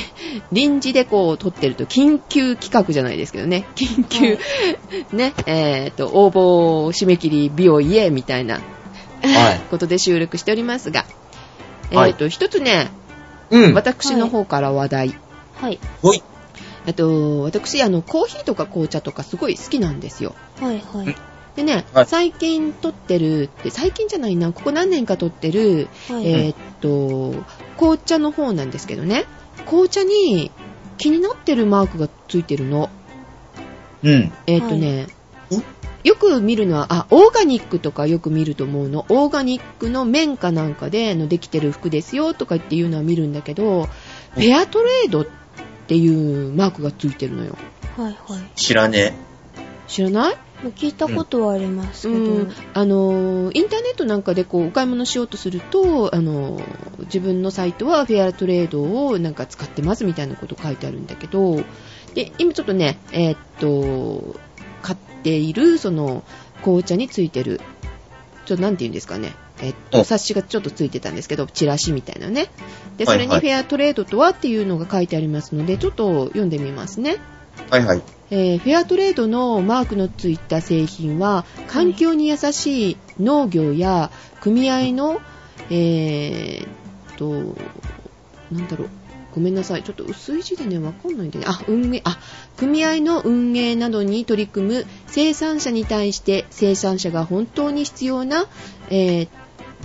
Speaker 3: 臨時でこう、撮ってると、緊急企画じゃないですけどね、緊急、 ね、えーっと、応募締め切り日を言え、みたいな
Speaker 2: はい。
Speaker 3: ことで収録しておりますが、え
Speaker 2: はい
Speaker 3: ーっと、一つね、
Speaker 2: うん。
Speaker 3: 私の方から話題。
Speaker 1: はい。
Speaker 2: ほい。
Speaker 3: あと、私、あの、コーヒーとか紅茶とかすごい好きなんですよ。
Speaker 1: はい。はい。
Speaker 3: でね、
Speaker 2: はい
Speaker 3: 最近撮ってるって、最近じゃないな、ここ何年か撮ってる、
Speaker 1: はい。
Speaker 3: えーっと、紅茶の方なんですけどね、紅茶に気になってるマークがついてるの。
Speaker 2: うん。
Speaker 3: えーっとね、よく見るのは、あ、オーガニックとかよく見ると思うの。オーガニックの綿かなんかであのできてる服ですよとかっていうのは見るんだけど、フェアトレードっていうマークがついてるのよ。
Speaker 1: はい。はい。
Speaker 2: 知らね
Speaker 3: 知らない
Speaker 1: もう聞いたことはありますけど、
Speaker 3: うん、あのインターネットなんかでこうお買い物しようとするとあの自分のサイトはフェアトレードをなんか使ってますみたいなこと書いてあるんだけどで今ちょっとね、えーっと買っているその紅茶についてるちょっとなんて言うんですかねえーっと
Speaker 2: お
Speaker 3: 冊子がちょっとついてたんですけどチラシみたいなねで
Speaker 2: は
Speaker 3: そ
Speaker 2: い
Speaker 3: れにフェアトレードとはっていうのが書いてありますのでちょっと読んでみますね。
Speaker 2: はいはい。
Speaker 3: えーフェアトレードのマークのついた製品は環境に優しい農業や組合の、えーっとなんだろうごめんなさいちょっと薄い字でねわかんないんでねあ運営あ組合の運営などに取り組む生産者に対して生産者が本当に必要な、えー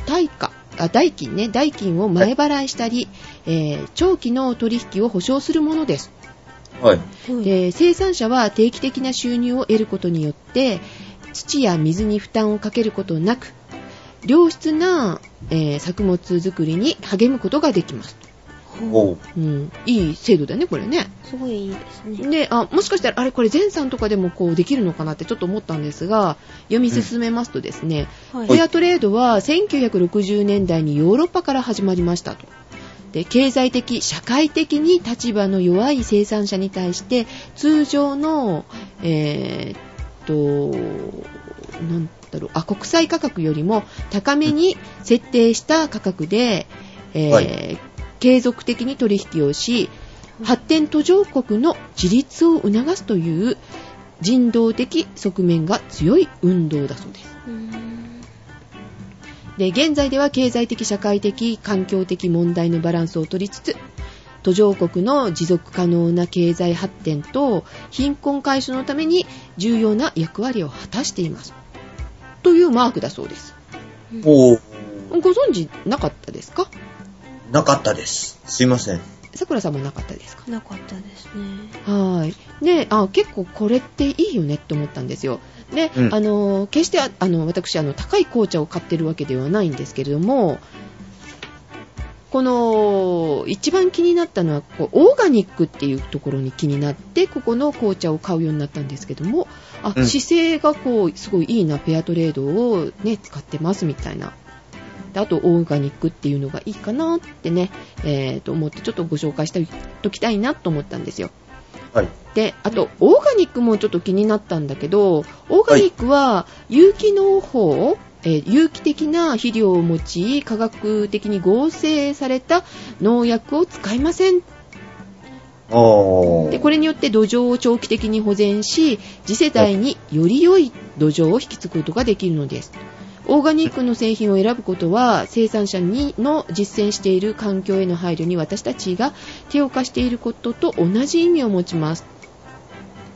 Speaker 3: 対価あ代金ね代金を前払いしたり、えー長期の取引を保証するものです。
Speaker 2: はい。
Speaker 1: うん
Speaker 3: で生産者は定期的な収入を得ることによって土や水に負担をかけることなく良質な、えー作物作りに励むことができます、
Speaker 2: おう。
Speaker 3: うん、いい制度だねこれね
Speaker 1: すごいいいですね。
Speaker 3: であもしかしたらあれこれ前さんとかでもこうできるのかなってちょっと思ったんですが読み進めますとですね、
Speaker 1: はい
Speaker 3: フェアトレードは1960年代にヨーロッパから始まりましたと。で経済的、社会的に立場の弱い生産者に対して通常の、えーっとなんだろうあ国際価格よりも高めに設定した価格で、えー
Speaker 2: は
Speaker 3: 継続的に取引をし発展途上国の自立を促すという人道的側面が強い運動だそうです。
Speaker 1: うーん
Speaker 3: で現在では経済的社会的環境的問題のバランスを取りつつ途上国の持続可能な経済発展と貧困解消のために重要な役割を果たしていますというマークだそうです
Speaker 2: おう。
Speaker 3: ご存知なかったですか
Speaker 2: なかったです。すいません。
Speaker 3: さくらさんもなかったですか
Speaker 1: なかったですね。
Speaker 3: はい。で、あ、結構これっていいよねって思ったんですよ。で、
Speaker 2: うん
Speaker 3: あの、決して、ああの、私、あの、高い紅茶を買ってるわけではないんですけれども、この、一番気になったのは、こうオーガニックっていうところに気になって、ここの紅茶を買うようになったんですけども、あ、
Speaker 2: うん
Speaker 3: 姿勢がこう、すごいいいな、フェアトレードをね、使ってますみたいな。であと、オーガニックっていうのがいいかなってね、えーと思って、ちょっとご紹介しておきたいなと思ったんですよ。
Speaker 2: はい。
Speaker 3: で、あと、オーガニックもちょっと気になったんだけど、オーガニックは有機農法、えー有機的な肥料を用い、科学的に合成された農薬を使いません。
Speaker 2: お
Speaker 3: で、これによって土壌を長期的に保全し、次世代により良い土壌を引き継ぐことができるのです。オーガニックの製品を選ぶことは、生産者にの実践している環境への配慮に私たちが手を貸していることと同じ意味を持ちます。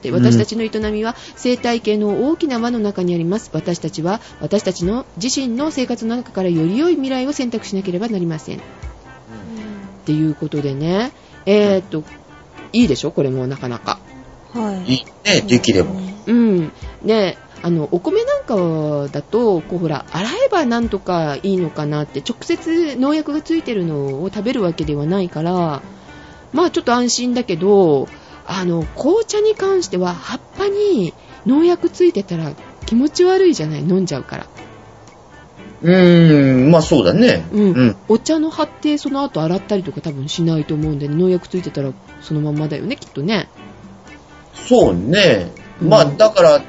Speaker 3: で
Speaker 2: うん
Speaker 3: 私たちの営みは生態系の大きな輪の中にあります。私たちは私たちの自身の生活の中からより良い未来を選択しなければなりません。っていうことでね、えー、っと、いいでしょこれもなかなか。
Speaker 1: はい。
Speaker 2: いいね、できれば。
Speaker 3: うん。ねあの、お米なんかだと、こうほら、洗えばなんとかいいのかなって、直接農薬がついてるのを食べるわけではないから、まあちょっと安心だけど、あの、紅茶に関しては葉っぱに農薬ついてたら気持ち悪いじゃない飲んじゃうから。
Speaker 2: うーん、まあそうだね。
Speaker 3: うん
Speaker 2: うん。
Speaker 3: お茶の葉ってその後洗ったりとか多分しないと思うんで、農薬ついてたらそのまんまだよね、きっとね。
Speaker 2: そうね。まあだから、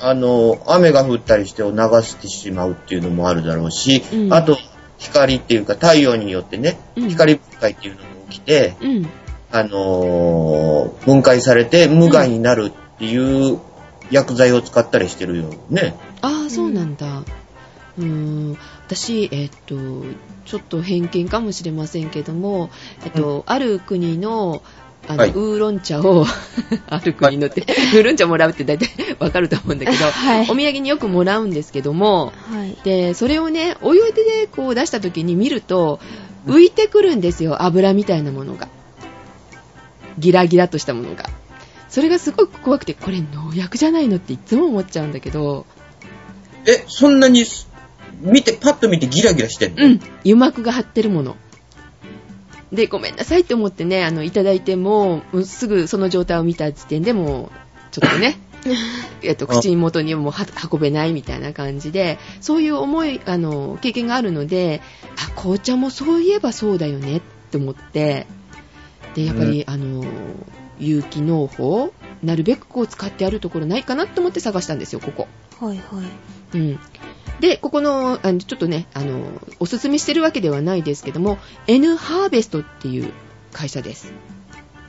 Speaker 2: あの、雨が降ったりしてを流してしまうっていうのもあるだろうし、
Speaker 3: うん
Speaker 2: あと、光っていうか太陽によってね、
Speaker 3: うん
Speaker 2: 光分解っていうのも起きて、
Speaker 3: うん。
Speaker 2: あのー分解されて無害になるっていう薬剤を使ったりしてるよね。
Speaker 3: ああそうなんだ、うーん、私えっとちょっと偏見かもしれませんけども、えっとある国のあの、
Speaker 2: はい
Speaker 3: ウーロン茶を ある国のって、ウーロン茶もらうって大体 わかると思うんだけど、
Speaker 1: はい
Speaker 3: お土産によくもらうんですけども
Speaker 1: はい。
Speaker 3: でそれをねお湯でねこう出した時に見ると浮いてくるんですよ油みたいなものがギラギラとしたものがそれがすごく怖くてこれ農薬じゃないのっていつも思っちゃうんだけど
Speaker 2: え、そんなに、見て、パッと見てギラギラしてんの
Speaker 3: うん、油膜が張ってるもの。で、ごめんなさいって思ってね、あの、いただいても、もうすぐその状態を見た時点でもう、ちょっとね、 えっと、口元にもは運べないみたいな感じで、そういう思い、あの、経験があるので、あ、紅茶もそういえばそうだよねって思って、で、やっぱり、あの、有機農法、なるべくこう使ってあるところないかなと思って探したんですよ、ここ。
Speaker 1: はいはい。
Speaker 3: うん。で、ここの、あのちょっとね、あの、おすすめしてるわけではないですけども、N ハーベストっていう会社です。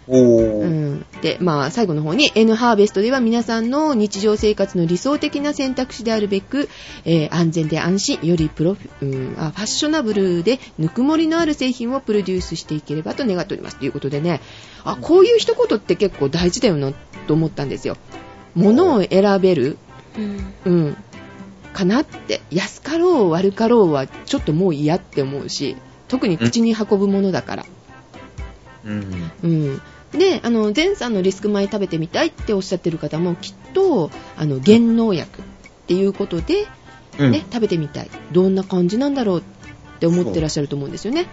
Speaker 2: おー。
Speaker 3: うん。で、まあ、最後の方に、N ハーベストでは皆さんの日常生活の理想的な選択肢であるべく、えー安全で安心、よりプロフィ、うん、あ、ファッショナブルで、ぬくもりのある製品をプロデュースしていければと願っております。ということでね、あ、こういう一言って結構大事だよな、と思ったんですよ。物を選べる、
Speaker 1: うん。
Speaker 3: うん、かなって安かろう悪かろうはちょっともう嫌って思うし特に口に運ぶものだから、
Speaker 2: うん。
Speaker 3: うん、であの前さんのリスク前食べてみたいっておっしゃってる方もきっとあの減農薬っていうことで、
Speaker 2: うん。
Speaker 3: ね食べてみたいどんな感じなんだろうって思ってらっしゃると思うんですよね、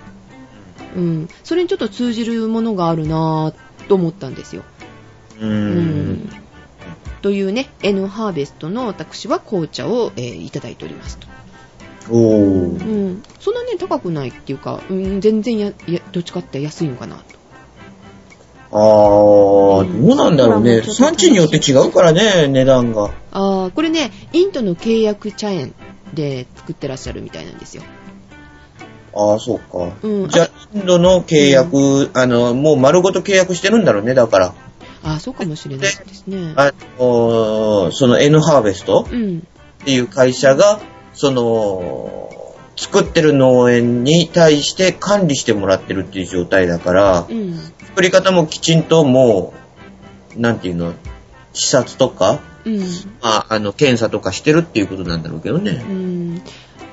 Speaker 3: うん、それにちょっと通じるものがあるなぁと思ったんですよ
Speaker 2: う。
Speaker 3: うんというね N ハーベストの私は紅茶を、えーいただいておりますと
Speaker 2: おー。
Speaker 3: うん、そんなね高くないっていうか、うん、全然ややどっちかって安いのかなと
Speaker 2: あー、
Speaker 3: うん
Speaker 2: どうなんだろうね。
Speaker 1: まあ
Speaker 2: 産地によって違うからね、値段が。
Speaker 3: あーこれねインドの契約茶園で作ってらっしゃるみたいなんですよ、
Speaker 2: あー、そうか。
Speaker 3: うん、
Speaker 2: じゃあ、インドの契約、あの、もう丸ごと契約してるんだろうね、だから。
Speaker 3: ああそうかもしれないですね
Speaker 2: あのーその N ハーベスト
Speaker 3: うん
Speaker 2: っていう会社が、その、作ってる農園に対して管理してもらってるっていう状態だから
Speaker 3: う、ん
Speaker 2: 作り方もきちんともう、なんていうの、視察とか、
Speaker 3: うん
Speaker 2: まあ、あの、検査とかしてるっていうことなんだろうけどね。
Speaker 3: うん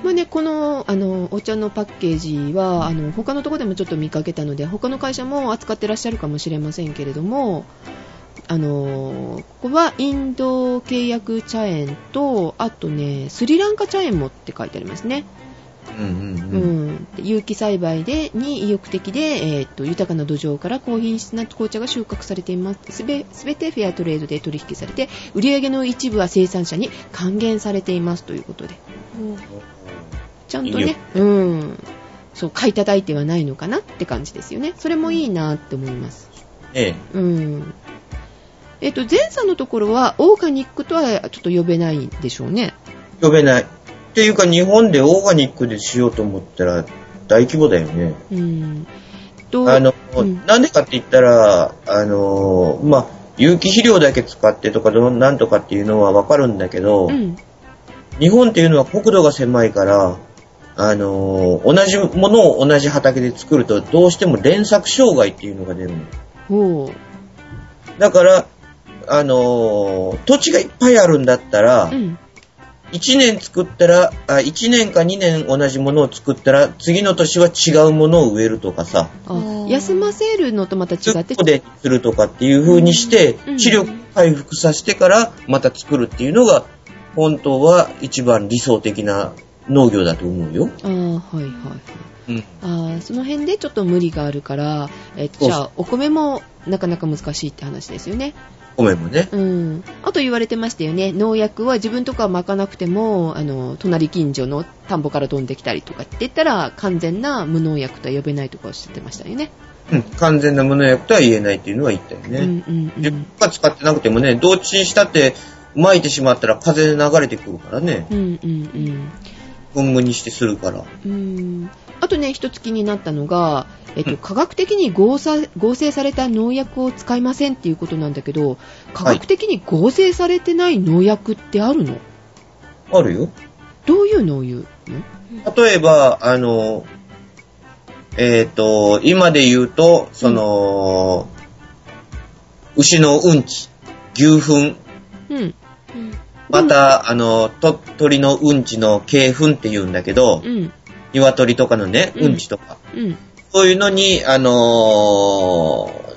Speaker 3: まあね、このあのお茶のパッケージはあの他のところでもちょっと見かけたので他の会社も扱ってらっしゃるかもしれませんけれどもあのここはインド契約茶園とあとねスリランカ茶園もって書いてありますね、
Speaker 2: うんうん
Speaker 3: う
Speaker 2: うん。
Speaker 3: ん、有機栽培でに意欲的で、えーっと豊かな土壌から高品質な紅茶が収穫されていますすべすべてフェアトレードで取引されて売り上げの一部は生産者に還元されていますということでちゃんと
Speaker 2: いい
Speaker 3: ね
Speaker 2: よ
Speaker 3: うんそう買い叩いてはないのかなって感じですよねそれもいいなって思います
Speaker 2: え
Speaker 3: うんえっと前さんのところはオーガニックとはちょっと呼べないんでしょうね
Speaker 2: え。呼べない。っていうか、日本でオーガニックでしようと思ったら、大規模だよね。
Speaker 3: うんと
Speaker 2: あの
Speaker 3: うん、
Speaker 2: なんでかって言ったら、あの、まあ、有機肥料だけ使ってとか、どんなんとかっていうのはわかるんだけど、
Speaker 3: うん
Speaker 2: 日本っていうのは国土が狭いから、あのー同じものを同じ畑で作ると、どうしても連作障害っていうのが出るの。
Speaker 3: おう
Speaker 2: だから、あのー土地がいっぱいあるんだったら、
Speaker 3: うん
Speaker 2: 1年作ったら、あ1年か2年同じものを作ったら、次の年は違うものを植えるとかさ、
Speaker 1: あ
Speaker 3: あ
Speaker 1: ー
Speaker 3: 休ませるのとまた
Speaker 2: ず
Speaker 3: 違
Speaker 2: っ
Speaker 3: って
Speaker 2: とでするとかっていう風にして
Speaker 3: うん、
Speaker 2: 視力回復させてからまた作るっていうのが、本当は一番理想的な農業だと思うよ。
Speaker 3: あーはいはいはい
Speaker 2: うん
Speaker 3: あーその辺でちょっと無理があるから、えっと
Speaker 2: そう
Speaker 3: じゃあお米もなかなか難しいって話ですよね
Speaker 2: 米もね。
Speaker 3: うん、あと言われてましたよね農薬は自分とか巻かなくてもあの隣近所の田んぼから飛んできたりとかって言ったら完全な無農薬とは呼べないとかおっしゃってましたよね。
Speaker 2: うん、完全な無農薬とは言えないっていうのは言ったよ
Speaker 3: う
Speaker 2: ね。
Speaker 3: んうんう
Speaker 2: で、
Speaker 3: ん
Speaker 2: 僕は使ってなくてもね、どっちにしたって、撒いてしまったら風で流れてくるからね。
Speaker 3: うんうん
Speaker 2: 噴霧にしてするから。
Speaker 3: うんうんあとね一つ気になったのが、えっと、科学的に合成合成された農薬を使いませんっていうことなんだけど科学的に合成されてない農薬ってあるの、
Speaker 2: あるよ。
Speaker 3: どういうのを言うの
Speaker 2: 例えば、あの、えっ、と、今で言うと、その、牛のうんち、牛糞、
Speaker 3: うん
Speaker 2: また、あの、と、鳥のうんちの鶏糞って言うんだけど
Speaker 3: う、ん
Speaker 2: 鶏とかのね、
Speaker 3: うん
Speaker 2: うんちとか。
Speaker 3: うん
Speaker 2: そういうのに、あのー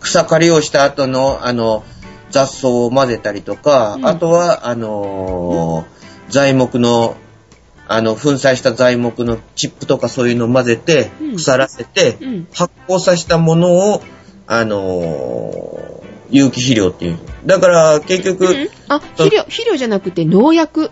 Speaker 2: 草刈りをした後の、あの、雑草を混ぜたりとか、
Speaker 3: うん
Speaker 2: あとは、あのー材木の、あの、粉砕した材木のチップとかそういうのを混ぜて
Speaker 3: うん、
Speaker 2: 腐らせて、
Speaker 3: うん
Speaker 2: 発酵させたものを、あのー有機肥料っていう。だから、結局、
Speaker 3: うんあ、肥料、肥料じゃなくて農薬。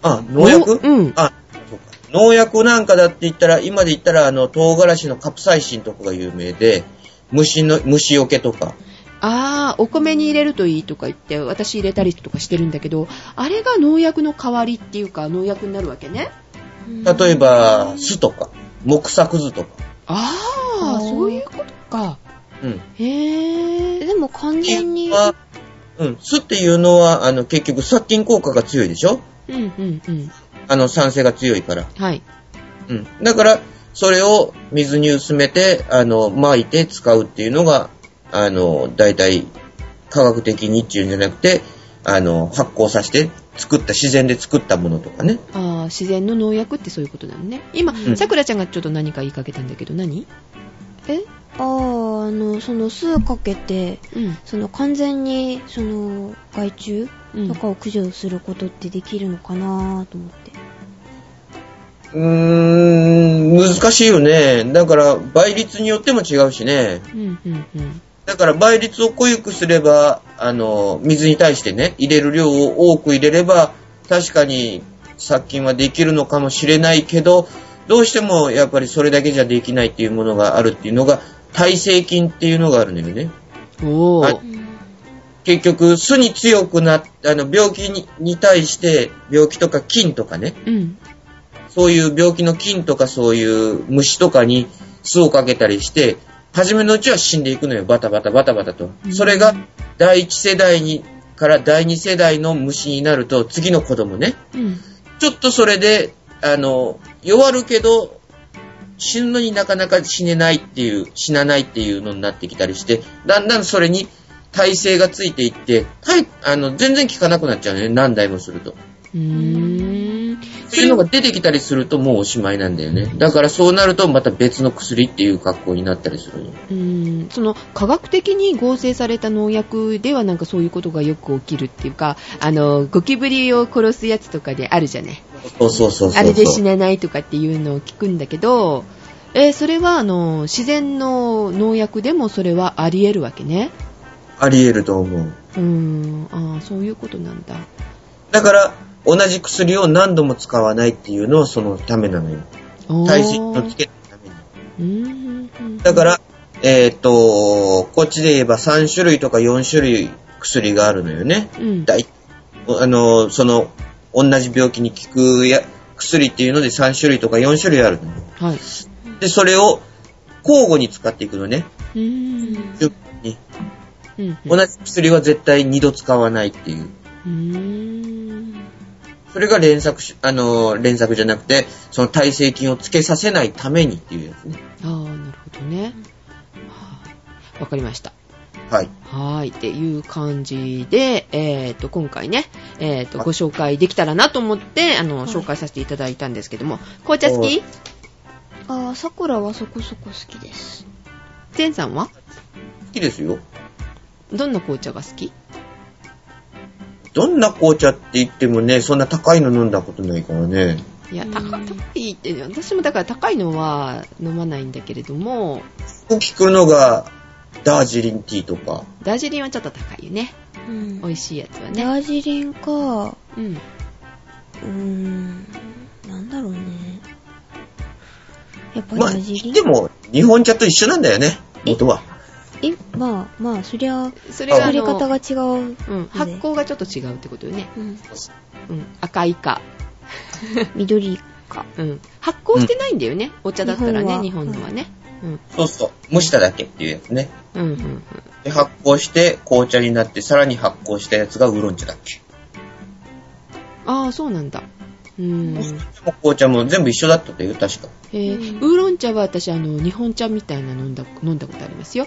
Speaker 2: あ、農薬、
Speaker 3: 農うん。
Speaker 2: あ、そうか。農薬なんかだって言ったら、今で言ったら、あの、唐辛子のカプサイシンとかが有名で、虫の、虫よけとか。
Speaker 3: あーお米に入れるといいとか言って、私入れたりとかしてるんだけど、あれが農薬の代わりっていうか、農薬になるわけね。
Speaker 2: 例えば、酢とか、木作酢とか。
Speaker 3: ああ、
Speaker 1: おー
Speaker 3: そういうことか。
Speaker 2: うん。
Speaker 3: へえ。
Speaker 1: でも完全に、
Speaker 2: は、うん、酢っていうのは、あの、結局殺菌効果が強いでしょ
Speaker 3: うんうんうん。
Speaker 2: あの、酸性が強いから。
Speaker 3: はい。
Speaker 2: うん。だから、それを水に薄めて、あの、巻いて使うっていうのが、あの、大体、科学的にっていうんじゃなくて、あの、発酵させて作った、自然で作ったものとかね。
Speaker 3: あー自然の農薬ってそういうことなのね。今
Speaker 2: う、ん
Speaker 3: さくらちゃんがちょっと何か言いかけたんだけど、何
Speaker 1: えあーあの、その酢かけて、
Speaker 3: うん。
Speaker 1: その完全に、その、害虫
Speaker 3: うん
Speaker 1: とかを駆除することってできるのかなと思って。
Speaker 2: うーん、難しいよね。だから、倍率によっても違うしね。
Speaker 3: うんうんうん。
Speaker 2: だから、倍率を濃ゆくすれば、あの、水に対してね、入れる量を多く入れれば、確かに殺菌はできるのかもしれないけど、どうしてもやっぱりそれだけじゃできないっていうものがあるっていうのが、耐性菌っていうのがあるんだよね。
Speaker 3: お
Speaker 2: あ
Speaker 3: ー。
Speaker 2: 結局、巣に強くなっあの、病気にに対して、病気とか菌とかね、
Speaker 3: うん。
Speaker 2: そういう病気の菌とかそういう虫とかに巣をかけたりして、初めのうちは死んでいくのよ、バタバタバタバタと
Speaker 3: う。ん
Speaker 2: それが第一世代にから第二世代の虫になると、次の子供ね、
Speaker 3: うん。
Speaker 2: ちょっとそれで、あの、弱るけど、死ぬのになかなか死ねないっていう、死なないっていうのになってきたりして、だんだんそれに耐性がついていって、はい、あの、全然効かなくなっちゃうのね、何代もすると。
Speaker 3: うーん
Speaker 2: そういうのが出てきたりするともうおしまいなんだよね。だからそうなるとまた別の薬っていう格好になったりするの。
Speaker 3: うんその科学的に合成された農薬ではなんかそういうことがよく起きるっていうかあのゴキブリを殺すやつとかであるじゃない
Speaker 2: そうそうそうそうそう。
Speaker 3: あれで死なないとかっていうのを聞くんだけど、えーそれはあの自然の農薬でもそれはあり得るわけね
Speaker 2: あり得ると思う。
Speaker 3: うーんあーそういうことなんだ
Speaker 2: だから、同じ薬を何度も使わないっていうのはそのためなのよ。
Speaker 3: おー
Speaker 2: 耐震をつけるために。
Speaker 3: うんうんうん
Speaker 2: だから、えっ、と、こっちで言えば3種類とか4種類薬があるのよね。
Speaker 3: うん
Speaker 2: だいあの、その、同じ病気に効くや薬っていうので3種類とか4種類あるのよ。
Speaker 3: はい
Speaker 2: で、それを交互に使っていくのね。
Speaker 3: うーん
Speaker 2: 順番に
Speaker 3: うんう
Speaker 2: 同
Speaker 3: ん
Speaker 2: じ薬は絶対2度使わないっていう。
Speaker 3: うーん
Speaker 2: それが連作し、あの、連作じゃなくて、その耐性菌をつけさせないためにっていうやつね。
Speaker 3: ああなるほどねはいわかりました
Speaker 2: はい。
Speaker 3: はーい、っていう感じで、えっ、と、今回ね、えっ、と、
Speaker 2: はい
Speaker 3: ご紹介できたらなと思って、あの、
Speaker 1: い
Speaker 3: 紹介させていただいたんですけども、紅茶好き
Speaker 1: ああ、さくらはそこそこ好きです。
Speaker 3: ゼンさんは
Speaker 2: 好きですよ。
Speaker 3: どんな紅茶が好き
Speaker 2: どんな紅茶って言ってもね、そんな高いの飲んだことないからね。
Speaker 3: いや、
Speaker 1: うん
Speaker 3: 高高いって、私もだから高いのは飲まないんだけれども、
Speaker 2: よく聞くのが、ダージリンティーとか。
Speaker 3: ダージリンはちょっと高いよね。
Speaker 1: うん
Speaker 3: 美味しいやつはね。
Speaker 1: ダージリンか、
Speaker 3: うん。
Speaker 1: うーん、なんだろうね。やっぱり
Speaker 2: ま
Speaker 1: ダ
Speaker 2: あ、
Speaker 1: ージリン、
Speaker 2: でも、日本茶と一緒なんだよね。元は。
Speaker 1: え、まあまあ、そりゃ、
Speaker 3: それがあ
Speaker 1: 作り
Speaker 3: の、
Speaker 1: 方が違う。
Speaker 3: うん、発酵がちょっと違うってことよね。
Speaker 1: うん、
Speaker 3: うん、赤いか。
Speaker 1: 緑か。
Speaker 3: うん。発酵してないんだよね、お茶だったらね、日
Speaker 1: 日本
Speaker 3: 本
Speaker 1: は
Speaker 3: のはね。うん。
Speaker 2: そうそう。蒸しただけっていうやつね。
Speaker 3: うん、うん、うん。
Speaker 2: で、発酵して、紅茶になって、さらに発酵したやつがウーロン茶だっけ。
Speaker 3: ああ、そうなんだ。うーん。
Speaker 2: もう紅茶も全部一緒だったという、確か。
Speaker 3: えー
Speaker 1: うん
Speaker 3: ウーロン茶は私、あの、日本茶みたいなの飲んだ、飲んだことありますよ。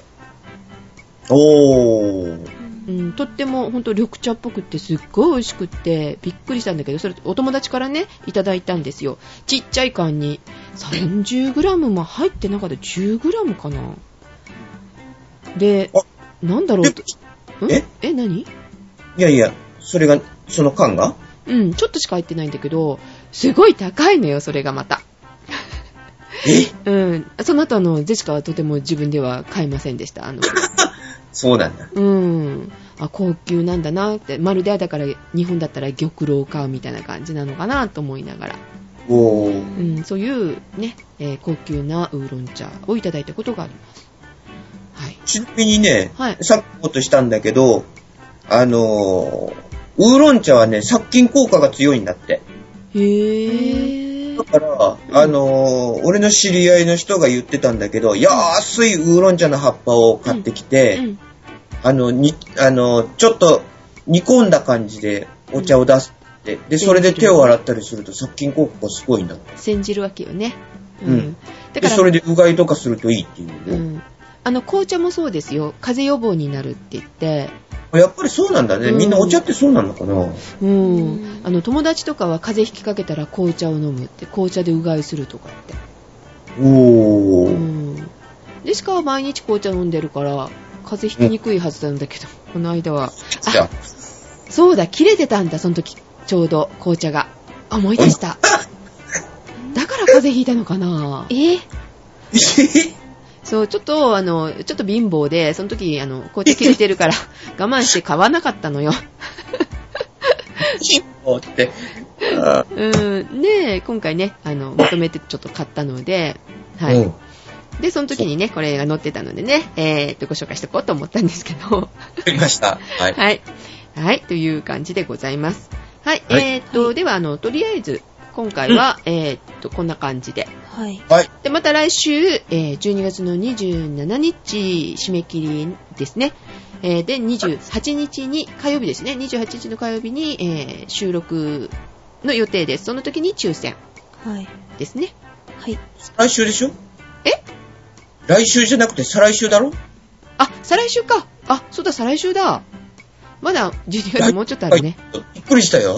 Speaker 2: おー。
Speaker 3: うん、とっても、ほんと緑茶っぽくって、すっごい美味しくって、びっくりしたんだけど、それ、お友達からね、いただいたんですよ。ちっちゃい缶に、30g も入ってなかった、10g かな。で
Speaker 2: あ、
Speaker 3: なんだろうと。ん
Speaker 2: え
Speaker 3: え、何
Speaker 2: いやいや、それが、その缶が
Speaker 3: うん、ちょっとしか入ってないんだけど、すごい高いのよ、それがまた。
Speaker 2: え
Speaker 3: うん、その後あの、ジェシカはとても自分では買いませんでした。あの、
Speaker 2: そうなんだ。
Speaker 3: うん。あ、高級なんだなって、まるでだから日本だったら玉露かみたいな感じなのかなと思いながら、
Speaker 2: おー。
Speaker 3: うん、そういうね、えー高級なウーロン茶をいただいたことがあります。はい。
Speaker 2: ちなみにね、
Speaker 3: はい
Speaker 2: さっきことしたんだけど、あのーウーロン茶はね、殺菌効果が強いんだって。
Speaker 3: へ
Speaker 2: だ
Speaker 3: ー。
Speaker 2: から、あのー俺の知り合いの人が言ってたんだけど、安いウーロン茶の葉っぱを買ってきて、
Speaker 3: うん。
Speaker 2: あの、に、あの、ちょっと煮込んだ感じでお茶を出すって。で、それで手を洗ったりすると殺菌効果がすごいんだって。
Speaker 3: 煎じるわけよね。
Speaker 2: うん。
Speaker 3: だか
Speaker 2: で、
Speaker 3: ら、
Speaker 2: それでうがいとかするといいっていう
Speaker 3: う
Speaker 2: よ、
Speaker 3: ん。あの、紅茶もそうですよ。風邪予防になるって言って、
Speaker 2: やっぱりそうなんだね。
Speaker 3: うん
Speaker 2: みんなお茶ってそうなのかな、
Speaker 3: うん、あの友達とかは風邪ひきかけたら紅茶を飲むって紅茶でうがいするとかって、
Speaker 2: お
Speaker 3: う
Speaker 2: ー。
Speaker 3: ん、でしかは毎日紅茶飲んでるから風邪ひきにくいはずなんだけど、この間は
Speaker 2: じゃあ
Speaker 3: あそうだ切れてたんだその時ちょうど紅茶があ思い出した だから風邪ひいたのかな
Speaker 1: え
Speaker 3: そうちょっとあのちょっと貧乏でその時あの紅茶切れてるから我慢して買わなかったのよ
Speaker 2: おーって。あ
Speaker 3: うんで今回ねあのまとめてちょっと買ったので
Speaker 2: ー
Speaker 3: はい、
Speaker 2: うん
Speaker 3: で、その時にね、これが載ってたのでね、えー、っと、ご紹介しておこうと思ったんですけど、
Speaker 2: わかりました。はい。
Speaker 3: はい。はい、という感じでございます。はい、
Speaker 2: はい
Speaker 3: えー、っと、
Speaker 1: はい
Speaker 3: では、あの、とりあえず、今回は、えー、っと、こんな感じで。
Speaker 1: はい。
Speaker 2: はい。
Speaker 3: で、また来週、えー、12月の27日、締め切りですね。えー、で、28日に、火曜日ですね。28日の火曜日に、えー、収録の予定です。その時に抽選
Speaker 1: はい。
Speaker 3: ですね。
Speaker 1: はい。
Speaker 2: 来週でしょ
Speaker 3: え
Speaker 2: 来週じゃなくて再来週だろ
Speaker 3: あ、再来週か。あ、そうだ、再来週だ。まだ12月もうちょっとあるね。
Speaker 2: はいびっくりした よ。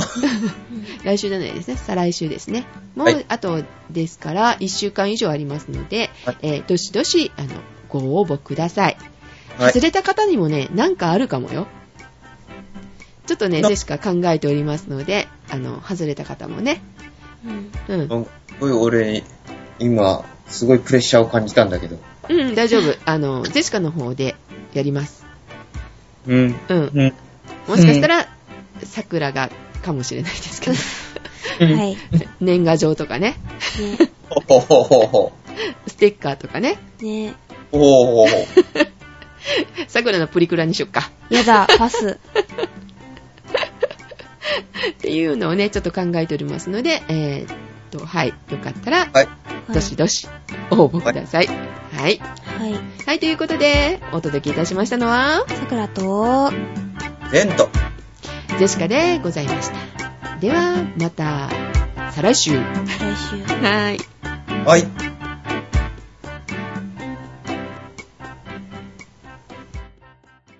Speaker 3: 来週じゃないですね。再来週ですね。もう、
Speaker 2: はい
Speaker 3: あとですから、1週間以上ありますので、
Speaker 2: はい
Speaker 3: えーどしどし、あの、ご応募ください。
Speaker 2: はい
Speaker 3: 外れた方にもね、なんかあるかもよ。ちょっとね、
Speaker 2: な
Speaker 3: ジェシカ考えておりますので、あの、外れた方もね、
Speaker 1: うん
Speaker 3: うん。
Speaker 2: なんかすごい俺、今、すごいプレッシャーを感じたんだけど。
Speaker 3: うん、大丈夫。あの、ジェシカの方でやります。
Speaker 2: うん。
Speaker 3: うん。
Speaker 2: うん。
Speaker 3: もしかしたら、桜が、かもしれないで すけど、
Speaker 2: うん
Speaker 1: はい。ね。
Speaker 3: 年賀状とかね、
Speaker 2: ほほほほ。
Speaker 3: ステッカーとかね、
Speaker 1: ね。
Speaker 2: ほほほほ。
Speaker 3: 桜のプリクラにしよっか。
Speaker 1: やだ、パ ス。
Speaker 3: っていうのをね、ちょっと考えておりますので、えー、っと、はい、よかったら、
Speaker 2: はい。
Speaker 1: はい
Speaker 3: どしどし応募ください。はい。
Speaker 1: はい。
Speaker 3: はい、ということで、お届けいたしましたのは、
Speaker 1: さくらと、
Speaker 2: レント。
Speaker 3: ジェシカでございました。では、また、再来週。
Speaker 1: 来週。
Speaker 3: はい。
Speaker 2: はい。